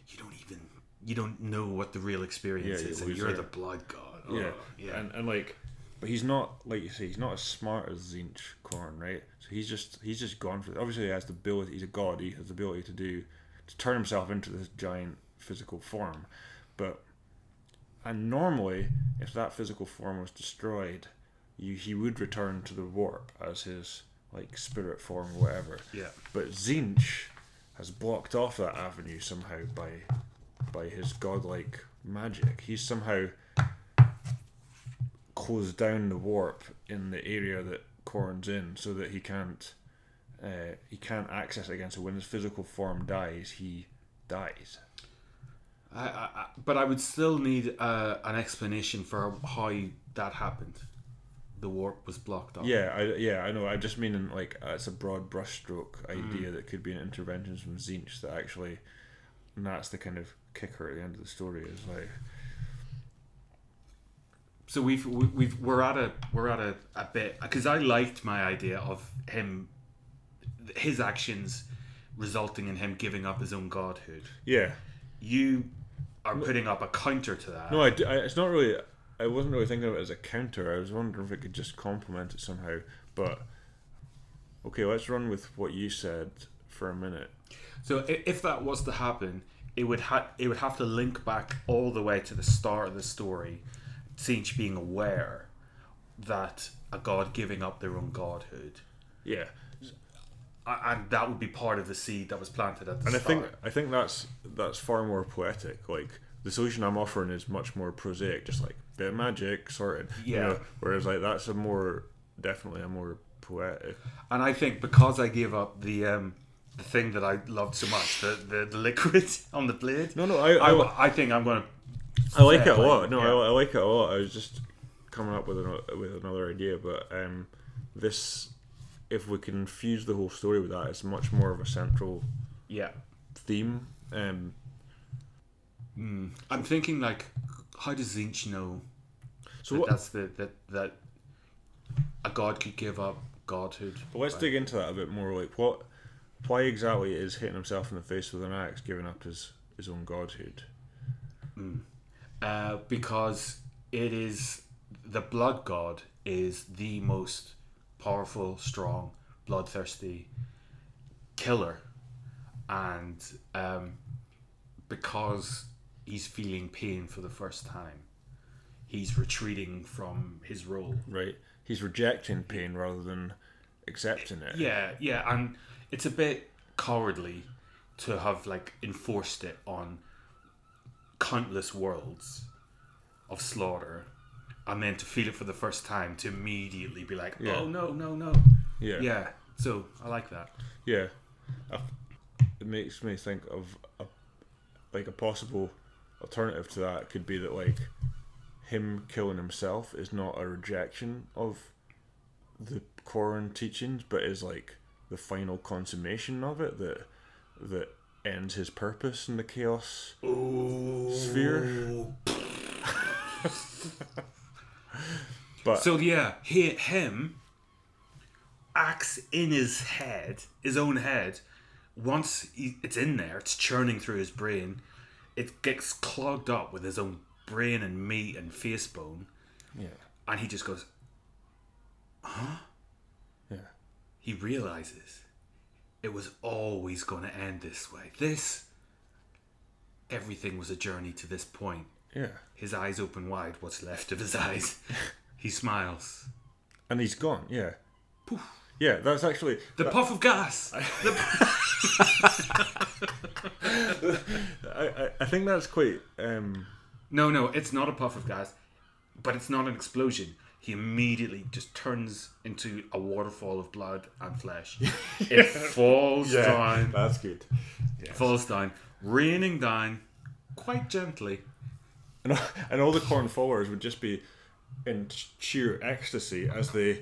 Speaker 2: you don't even you don't know what the real experience
Speaker 1: Yeah,
Speaker 2: is,
Speaker 1: yeah,
Speaker 2: and
Speaker 1: who's
Speaker 2: you're
Speaker 1: there?
Speaker 2: the blood god. Oh,
Speaker 1: yeah,
Speaker 2: yeah.
Speaker 1: And, and like, but he's not like you say he's not as smart as Zinch Korn, right? So he's just he's just gone for obviously he has the ability. He's a god. He has the ability to do to turn himself into this giant physical form, but and normally if that physical form was destroyed, you, he would return to the warp as his like spirit form or whatever.
Speaker 2: Yeah.
Speaker 1: But Zinch has blocked off that avenue somehow by by his godlike magic. He's somehow closed down the warp in the area that Corrin's in, so that he can't uh, he can't access it again. So when his physical form dies, he dies.
Speaker 2: I, I, I- but I would still need uh, an explanation for how that happened. The warp was blocked off.
Speaker 1: Yeah, I, yeah, I know. I just mean in, like uh, it's a broad brushstroke idea that could be an intervention from Zinch that actually, and that's the kind of kicker at the end of the story is like
Speaker 2: So we've we- we've we're at a we're at a, a bit because I liked my idea of him, his actions, resulting in him giving up his own godhood.
Speaker 1: yeah.
Speaker 2: You are putting up a counter to that.
Speaker 1: No, I, d- I- it's not really. I wasn't really thinking of it as a counter. I was wondering if it could just complement it somehow. But okay, let's run with what you said for a minute.
Speaker 2: So i- if that was to happen, it would ha- it would have to link back all the way to the start of the story, Sinch being aware that a god giving up their own godhood,
Speaker 1: Yeah,
Speaker 2: A- and that would be part of the seed that was planted at the
Speaker 1: and I
Speaker 2: start.
Speaker 1: think I think that's that's far more poetic. Like the solution I'm offering is much more prosaic, just like bit of magic sorted. you
Speaker 2: Yeah.
Speaker 1: know, whereas like that's a more definitely a more poetic.
Speaker 2: and I think because I gave up the um, the thing that I loved so much, the the, the liquid [LAUGHS] on the blade.
Speaker 1: No, no, I I, I,
Speaker 2: I, I think I'm gonna.
Speaker 1: like it
Speaker 2: fair
Speaker 1: a
Speaker 2: play,
Speaker 1: lot. No,
Speaker 2: yeah.
Speaker 1: I, I like it a lot. I was just coming up with an, with another idea, but um, this if we can infuse the whole story with that, it's much more of a central
Speaker 2: Yeah,
Speaker 1: theme. Um,
Speaker 2: I'm thinking like, how does Zinch know
Speaker 1: so
Speaker 2: that
Speaker 1: what,
Speaker 2: that's the that that a god could give up godhood?
Speaker 1: But let's dig into that a bit more. Like, what, why exactly is hitting himself in the face with an axe giving up his his own godhood?
Speaker 2: uh, because it is the blood god is the most powerful, strong, bloodthirsty killer, and um, because he's feeling pain for the first time, he's retreating from his role.
Speaker 1: Right? He's rejecting pain rather than accepting it.
Speaker 2: Yeah, yeah, and it's a bit cowardly to have like enforced it on countless worlds of slaughter, and then to feel it for the first time to immediately be like,
Speaker 1: Yeah.
Speaker 2: "Oh no, no, no!"
Speaker 1: Yeah.
Speaker 2: Yeah. so I like that.
Speaker 1: Yeah. I- It makes me think of a, like a possible alternative to that could be that like him killing himself is not a rejection of the Koran teachings, but is like the final consummation of it that that ends his purpose in the chaos sphere. but
Speaker 2: So yeah, he, him, axe in his head, his own head. Once he, it's in there, it's churning through his brain. It gets clogged up with his own brain and meat and face bone.
Speaker 1: Yeah.
Speaker 2: and he just goes,
Speaker 1: Yeah.
Speaker 2: he realizes it was always going to end this way. This, everything was a journey to this point.
Speaker 1: Yeah.
Speaker 2: His eyes open wide, what's left of his [LAUGHS] eyes. he smiles.
Speaker 1: And he's gone. Yeah. Yeah, that's actually
Speaker 2: The puff of gas!
Speaker 1: I, I, I think that's quite um
Speaker 2: No, no, it's not a puff of gas, but it's not an explosion. He immediately just turns into a waterfall of blood and flesh. It falls down,
Speaker 1: that's good.
Speaker 2: falls down, raining down quite gently.
Speaker 1: And, [LAUGHS] and all the corn followers would just be in sheer ecstasy as they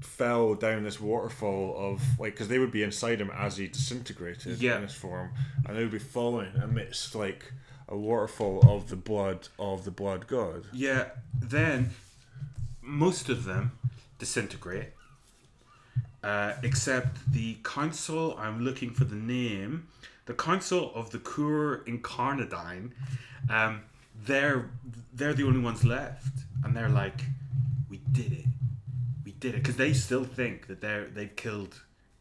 Speaker 1: fell down this waterfall of like because they would be inside him as he disintegrated
Speaker 2: Yeah.
Speaker 1: in his form and they would be following amidst like a waterfall of the blood of the blood god
Speaker 2: Yeah, then most of them disintegrate, uh, except the council. I'm looking for the name. The council of the Cur Incarnadine. Um, they're they're the only ones left, and they're like, "We did it, we did it," because they still think that they're they've killed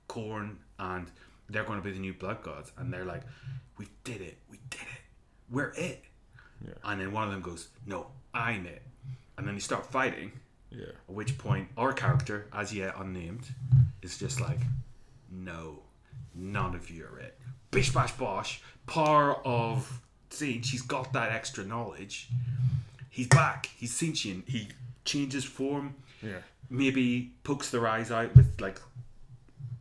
Speaker 2: Corn and they're going to be the new Blood Gods, and they're like, "We did it, we did it, we're it." And then one of them goes, No, I'm it. And then they start fighting,
Speaker 1: yeah
Speaker 2: at which point our character, as yet unnamed, is just like, No, none of you are it. Bish bash bosh, par of Siege, he's got that extra knowledge. He's back, he's sentient, he changes form,
Speaker 1: yeah
Speaker 2: maybe pokes their eyes out with like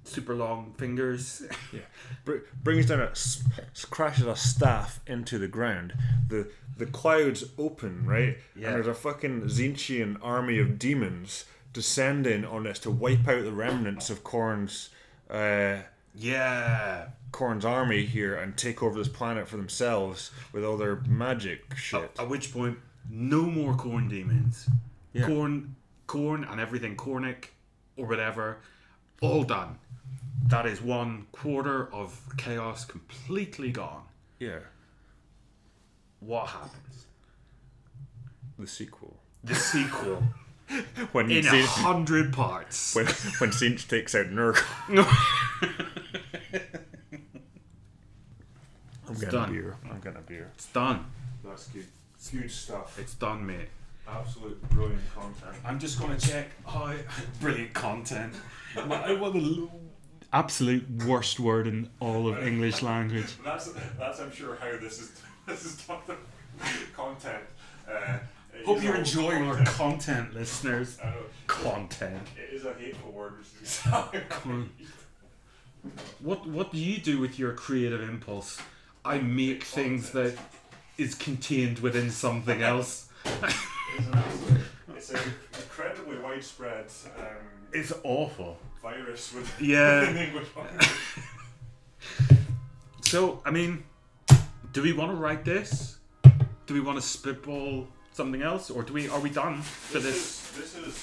Speaker 2: super long fingers. [LAUGHS]
Speaker 1: Yeah, Br- brings down a s- s- crashes a staff into the ground. The the clouds open right,
Speaker 2: Yeah.
Speaker 1: and there's a fucking Zinchian army of demons descending on us to wipe out the remnants of Korn's uh,
Speaker 2: yeah.
Speaker 1: Korn's army here and take over this planet for themselves with all their magic shit.
Speaker 2: At which point, no more corn demons.
Speaker 1: Yeah.
Speaker 2: Corn, corn, and everything cornic or whatever, all done. That is one quarter of chaos completely gone.
Speaker 1: yeah,
Speaker 2: What happens?
Speaker 1: the sequel
Speaker 2: The [LAUGHS] sequel
Speaker 1: when
Speaker 2: in a
Speaker 1: Zinch,
Speaker 2: hundred parts.
Speaker 1: when when Zinch takes out
Speaker 2: [LAUGHS]
Speaker 1: Nurgle. I'm getting
Speaker 2: done.
Speaker 1: a beer. I'm getting a beer.
Speaker 2: It's done.
Speaker 1: That's good. Good stuff.
Speaker 2: It's done, mate.
Speaker 1: Absolute brilliant content.
Speaker 2: I'm just gonna check how [LAUGHS] brilliant content. what the absolute worst word in all of English language.
Speaker 1: That's that's I'm sure how this is [LAUGHS] this is not the content. Uh, it
Speaker 2: Hope
Speaker 1: is
Speaker 2: you're
Speaker 1: all
Speaker 2: enjoying our
Speaker 1: content.
Speaker 2: content, listeners.
Speaker 1: I know,
Speaker 2: Content.
Speaker 1: it is a hateful word, which is exactly
Speaker 2: Con- What What do you do with your creative impulse? I make things that is contained within something else.
Speaker 1: it's an absolute, it's an incredibly widespread um,
Speaker 2: It's awful.
Speaker 1: virus with [LAUGHS]
Speaker 2: Yeah.
Speaker 1: within the English language.
Speaker 2: So I mean, do we want to write this? Do we want to spitball something else, or do we are we done for this?
Speaker 1: This this is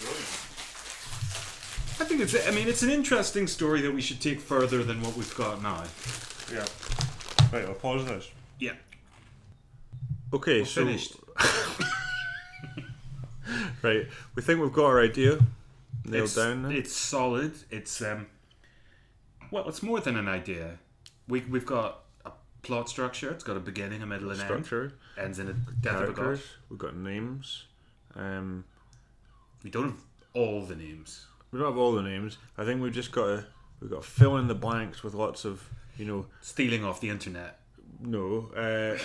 Speaker 1: brilliant.
Speaker 2: I think it's. I mean, it's an interesting story that we should take further than what we've got now.
Speaker 1: Yeah. Right, I'll pause this.
Speaker 2: Yeah,
Speaker 1: Okay,
Speaker 2: We're finished.
Speaker 1: Right, we think we've got our idea nailed
Speaker 2: it's, it's solid. It's um, well, it's more than an idea. We we've got a plot structure. It's got a beginning, a middle, and end. Ends in a death of a god.
Speaker 1: characters. We've got names. Um,
Speaker 2: We don't have all the names.
Speaker 1: we don't have all the names. I think we've just got to we've got to fill in the blanks with lots of you know
Speaker 2: Stealing off the internet.
Speaker 1: no. Uh,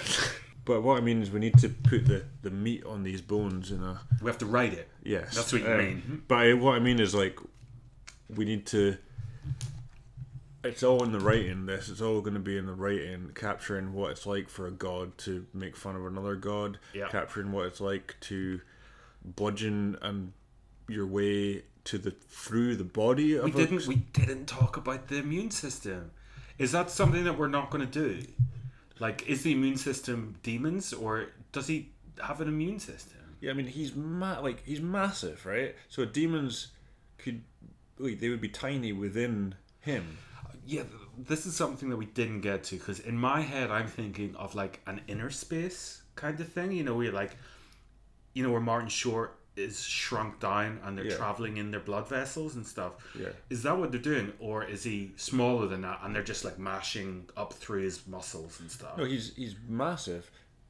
Speaker 1: but what I mean is we need to put the the meat on these bones in a
Speaker 2: We have to write it.
Speaker 1: yes. Um,
Speaker 2: That's what you mean.
Speaker 1: But I, what I mean is like we need to. It's all in the writing. This it's all going to be in the writing, capturing what it's like for a god to make fun of another god,
Speaker 2: Yeah.
Speaker 1: capturing what it's like to bludgeon and your way to the through the body of
Speaker 2: We
Speaker 1: a-
Speaker 2: didn't. We didn't talk about the immune system. Is that something that we're not going to do? Like, is the immune system demons, or does he have an immune system?
Speaker 1: Yeah, I mean he's ma- like he's massive, right? So demons could like, they would be tiny within him.
Speaker 2: Yeah, th- this is something that we didn't get to because in my head I'm thinking of like an inner space kind of thing. You know, where you're like, you know, where Martin Short is shrunk down and they're
Speaker 1: Yeah.
Speaker 2: traveling in their blood vessels and stuff.
Speaker 1: Yeah.
Speaker 2: Is that what they're doing, or is he smaller than that and they're just like mashing up through his muscles and stuff
Speaker 1: No, he's he's massive,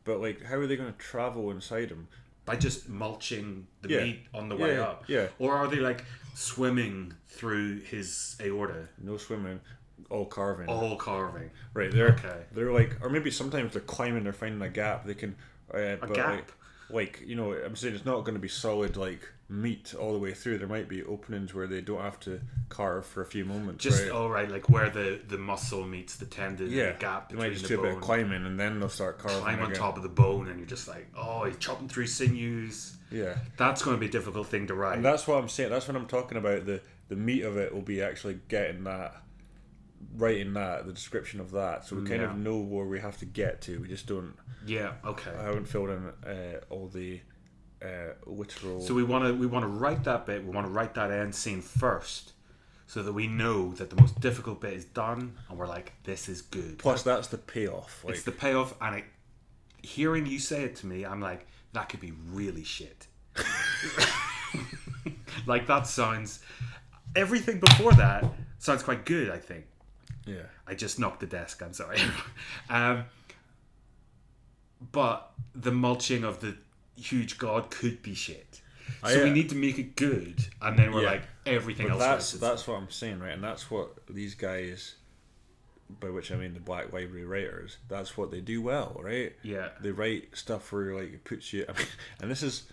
Speaker 1: but like, how are they going to travel inside him?
Speaker 2: by just mulching the
Speaker 1: Yeah.
Speaker 2: meat on the way
Speaker 1: Yeah,
Speaker 2: up?
Speaker 1: yeah.
Speaker 2: Or are they like swimming through his aorta,
Speaker 1: No swimming, all carving.
Speaker 2: all carving?
Speaker 1: Right, they're
Speaker 2: Okay.
Speaker 1: they're like, or maybe sometimes they're climbing, they're finding a gap. They can, uh, but
Speaker 2: gap?
Speaker 1: Like, like you know, I'm saying it's not going to be solid like meat all the way through. There might be openings where they don't have to carve for a few moments.
Speaker 2: Just
Speaker 1: right?
Speaker 2: all right, like where the the muscle meets the tendon, yeah,
Speaker 1: yeah,
Speaker 2: the gap
Speaker 1: They might
Speaker 2: between
Speaker 1: just
Speaker 2: the
Speaker 1: do a
Speaker 2: bone.
Speaker 1: bit of climbing and then they'll start carving.
Speaker 2: climb on
Speaker 1: again.
Speaker 2: top of the bone, and you're just like, oh, he's chopping through sinews.
Speaker 1: Yeah,
Speaker 2: That's going to be a difficult thing to write.
Speaker 1: and that's what I'm saying. That's what I'm talking about. The the meat of it will be actually getting that, writing that, the description of that. So we kind
Speaker 2: Yeah.
Speaker 1: of know where we have to get to. We just don't.
Speaker 2: yeah, okay.
Speaker 1: I haven't filled in uh, all the uh, literal.
Speaker 2: So we want to we want to write that bit. We want to write that end scene first, so that we know that the most difficult bit is done, and we're like, this is good.
Speaker 1: Plus, that's the payoff. Like,
Speaker 2: It's the payoff, and it, hearing you say it to me, I'm like, that could be really shit. [LAUGHS] like that sounds. Everything before that sounds quite good. I think
Speaker 1: yeah,
Speaker 2: I just knocked the desk. I'm sorry. [LAUGHS] um, but the mulching of the huge god could be shit. So
Speaker 1: I,
Speaker 2: we
Speaker 1: uh,
Speaker 2: need to make it good, and then we're
Speaker 1: Yeah.
Speaker 2: like everything
Speaker 1: but
Speaker 2: else.
Speaker 1: that's
Speaker 2: is-
Speaker 1: that's what I'm saying, right? And that's what these guys, by which I mean the Black Library writers, that's what they do well, right?
Speaker 2: yeah,
Speaker 1: They write stuff where like it puts you, I mean, [LAUGHS] and this is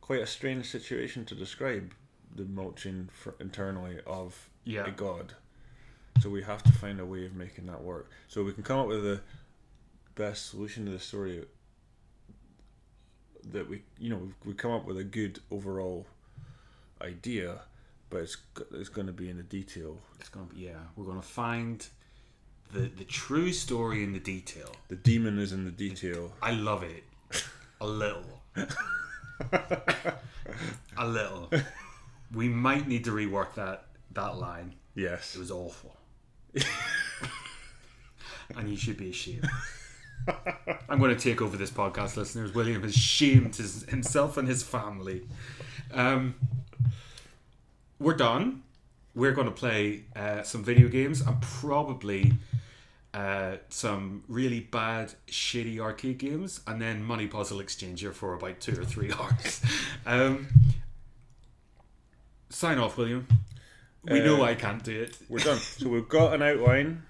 Speaker 1: quite a strange situation to describe the mulching for internally of
Speaker 2: Yeah.
Speaker 1: a god. So we have to find a way of making that work. So we can come up with the best solution to the story that we, you know, we come up with a good overall idea, but it's g- it's going to be in the detail,
Speaker 2: it's gonna be yeah. We're gonna find the the true story in the detail.
Speaker 1: the demon is in the detail.
Speaker 2: I love it. A little. a little. We might need to rework that that line.
Speaker 1: Yes.
Speaker 2: It was awful. and you should be ashamed. I'm going to take over this podcast, listeners. William has shamed his, himself and his family. Um, we're done. We're going to play uh, some video games and probably uh, some really bad, shitty arcade games, and then Money Puzzle Exchanger for about two or three [LAUGHS] hours. Um, sign off, William. We know
Speaker 1: Uh,
Speaker 2: I can't do it.
Speaker 1: We're done. so we've got an outline.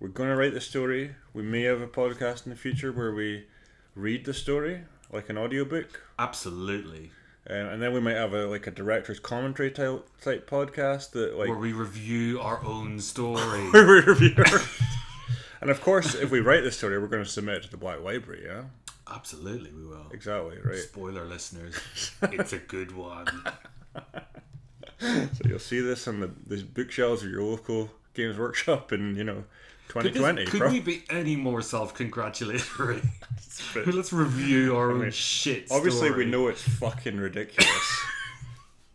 Speaker 1: We're going to write the story. We may have a podcast in the future where we read the story, like an audiobook.
Speaker 2: Absolutely.
Speaker 1: Um, and then we might have a like a director's commentary type, type podcast that like
Speaker 2: Where we review our own story.
Speaker 1: [LAUGHS] we review. and of course, if we write the story, we're going to submit it to the Black Library. Yeah,
Speaker 2: Absolutely, we will.
Speaker 1: exactly right.
Speaker 2: [LAUGHS] Spoiler listeners, it's a good one.
Speaker 1: So you'll see this on the, the bookshelves of your local Games Workshop in you know
Speaker 2: Could, this-
Speaker 1: 2020.
Speaker 2: could
Speaker 1: bro.
Speaker 2: we be any more self congratulatory? [LAUGHS] Let's review our own shit.
Speaker 1: Obviously,
Speaker 2: story.
Speaker 1: we know it's fucking
Speaker 2: [LAUGHS]
Speaker 1: ridiculous.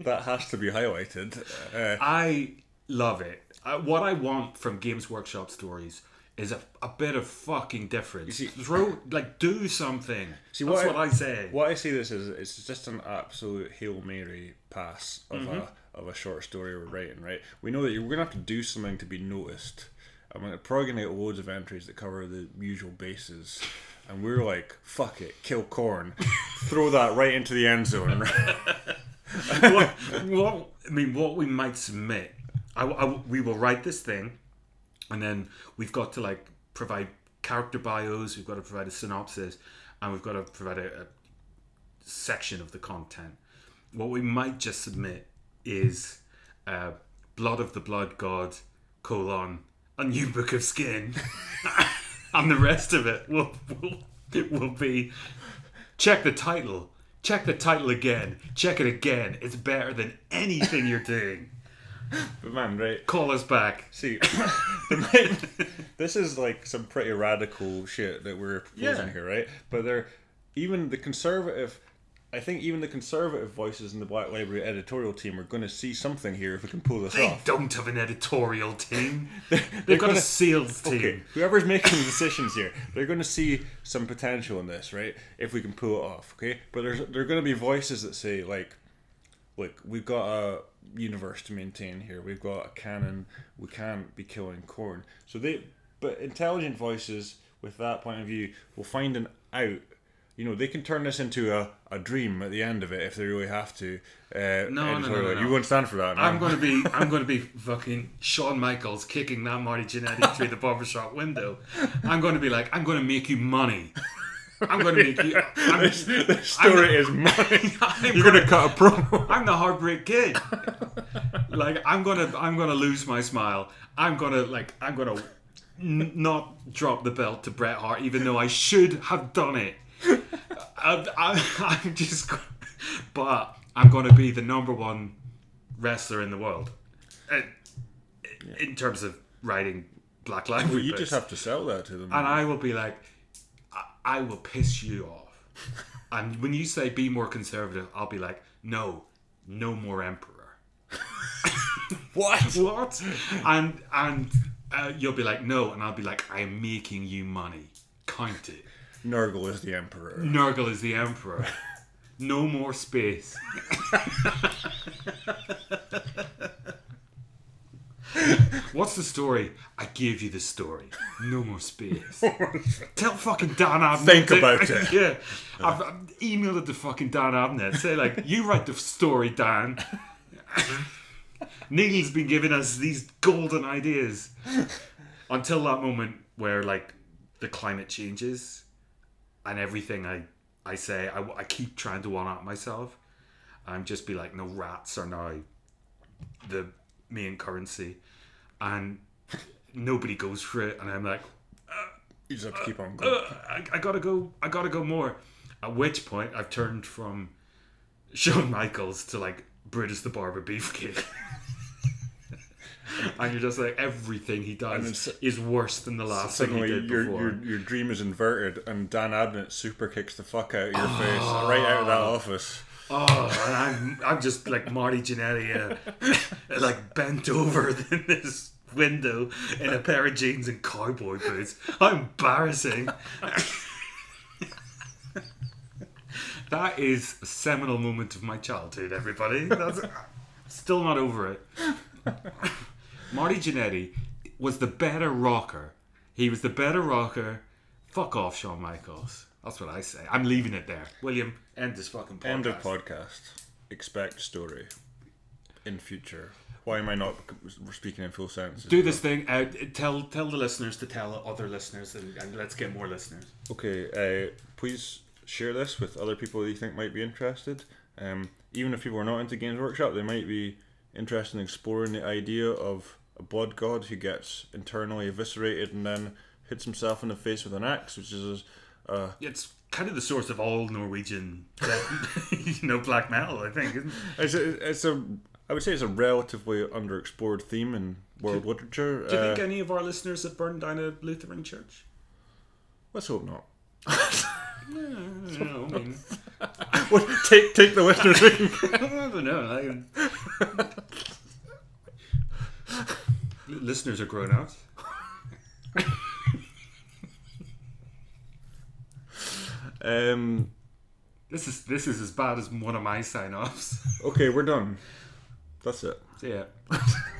Speaker 1: that has to be highlighted. Uh,
Speaker 2: I love it. I, what I want from Games Workshop stories is a, a bit of fucking difference.
Speaker 1: see-
Speaker 2: Throw like do something.
Speaker 1: See,
Speaker 2: That's
Speaker 1: what I-
Speaker 2: what I, say.
Speaker 1: What I see this is it's just an absolute hail mary pass of a of a short story we're writing. Right, we know that you're going to have to do something to be noticed. I mean, we're probably going to get loads of entries that cover the usual bases, and we're like, "Fuck it, kill corn, throw that right into the end zone." Right?
Speaker 2: what, what I mean, what we might submit, I, I- we will write this thing, and then we've got to like provide character bios, we've got to provide a synopsis, and we've got to provide a, a section of the content. What we might just submit is uh, "Blood of the Blood God: colon a new book of skin," [LAUGHS] and the rest of it will will, will be check the title. Check the title again. Check it again. It's better than anything you're doing.
Speaker 1: But man, right,
Speaker 2: Call us back.
Speaker 1: see, the main- this is like some pretty radical shit that we're proposing
Speaker 2: Yeah.
Speaker 1: here, right? But they're even the conservative I think even the conservative voices in the Black Library editorial team are going to see something here if we can pull this
Speaker 2: They
Speaker 1: off.
Speaker 2: don't have an editorial team. They've
Speaker 1: they're
Speaker 2: got
Speaker 1: gonna-
Speaker 2: a sales team.
Speaker 1: Okay, whoever's making the decisions here, they're going to see some potential in this, right? If we can pull it off, okay? But there's there are going to be voices that say like, look, we've got a universe to maintain here. We've got a canon. We can't be killing corn. So they, but intelligent voices with that point of view will find an out. You know, they can turn this into a, a dream at the end of it if they really have to. Uh,
Speaker 2: no, no,
Speaker 1: editorially.
Speaker 2: no,
Speaker 1: You
Speaker 2: no.
Speaker 1: won't stand for that. man.
Speaker 2: I'm gonna be I'm gonna be fucking Shawn Michaels kicking that Marty Jannetty through the barbershop window. I'm gonna be like, I'm gonna make you money. I'm gonna make you I'm,
Speaker 1: This, [LAUGHS] this story is
Speaker 2: [LAUGHS]
Speaker 1: mine. You're gonna cut a promo.
Speaker 2: I'm the heartbreak kid. [LAUGHS] like I'm gonna I'm gonna lose my smile. I'm gonna like I'm gonna n- not drop the belt to Bret Hart, even though I should have done it. [LAUGHS] I, I, I'm just, go- but I'm gonna be the number one wrestler in the world, Uh, in terms of writing Black Library.
Speaker 1: You
Speaker 2: books.
Speaker 1: just have to sell that to them.
Speaker 2: and I will be like, I, I will piss you off. and when you say be more conservative, I'll be like, no, no more emperor.
Speaker 1: what?
Speaker 2: what? And and uh, you'll be like, no, and I'll be like, I'm making you money. Count it.
Speaker 1: Nurgle is the
Speaker 2: [LAUGHS]
Speaker 1: emperor.
Speaker 2: Nurgle is the emperor. No more space. What's the story? I gave you the story. No more space. Tell fucking Dan Abnett.
Speaker 1: Think
Speaker 2: to- [LAUGHS]
Speaker 1: about it.
Speaker 2: yeah, I've, I've emailed it to fucking Dan Abnett. Say like, you write the story, Dan. [LAUGHS] Neil's been giving us these golden ideas until that moment where like the climate changes and everything I I say I, I keep trying to one up myself. I'm just be like, no, rats are now the main currency, and nobody goes for it. And I'm like,
Speaker 1: You just have to keep on
Speaker 2: "Ugh,
Speaker 1: going.
Speaker 2: Uh, I, I gotta go, I gotta go more. At which point, I've turned from Shawn Michaels to like Brutus the Barber Beefcake. [LAUGHS] And you're just like everything he does
Speaker 1: then su-
Speaker 2: is worse than the last thing he
Speaker 1: Suddenly,
Speaker 2: did
Speaker 1: your,
Speaker 2: before.
Speaker 1: your your dream is inverted, and Dan Abnett super kicks the fuck out of your face,
Speaker 2: Ah.
Speaker 1: right out of that office.
Speaker 2: Oh, and I'm, I'm just like Marty Jannetty, uh, [LAUGHS] like bent over [LAUGHS] in this window in a pair of jeans and cowboy boots. How embarrassing. [LAUGHS] that is a seminal moment of my childhood, everybody. That's, still not over it. [LAUGHS] Marty Jannetty was the better rocker. He was the better rocker. Fuck off, Shawn Michaels. That's what I say. I'm leaving it there. William, end this fucking podcast.
Speaker 1: End of podcast. Expect story in future. Why am I not speaking in full sentences?
Speaker 2: Do this thing. Uh, tell tell the listeners to tell other listeners, and, and let's get more listeners.
Speaker 1: Okay, uh, please share this with other people that you think might be interested. Um, even if people are not into Games Workshop, they might be interested in exploring the idea of a blood god who gets internally eviscerated and then hits himself in the face with an axe, which is uh,
Speaker 2: It's kind of the source of all Norwegian, uh, [LAUGHS] you know, black metal. I think. Isn't it?
Speaker 1: it's a, it's a I would say it's a relatively underexplored theme in world literature.
Speaker 2: Do you
Speaker 1: Uh,
Speaker 2: think any of our listeners have burned down a Lutheran church?
Speaker 1: let's hope not. [LAUGHS]
Speaker 2: No, I mean, [LAUGHS]
Speaker 1: Well, take take the listeners. with you.
Speaker 2: I don't know. I, listeners are grown ups.
Speaker 1: um,
Speaker 2: This is this is as bad as one of my sign offs.
Speaker 1: okay, we're done. That's it.
Speaker 2: So, yeah.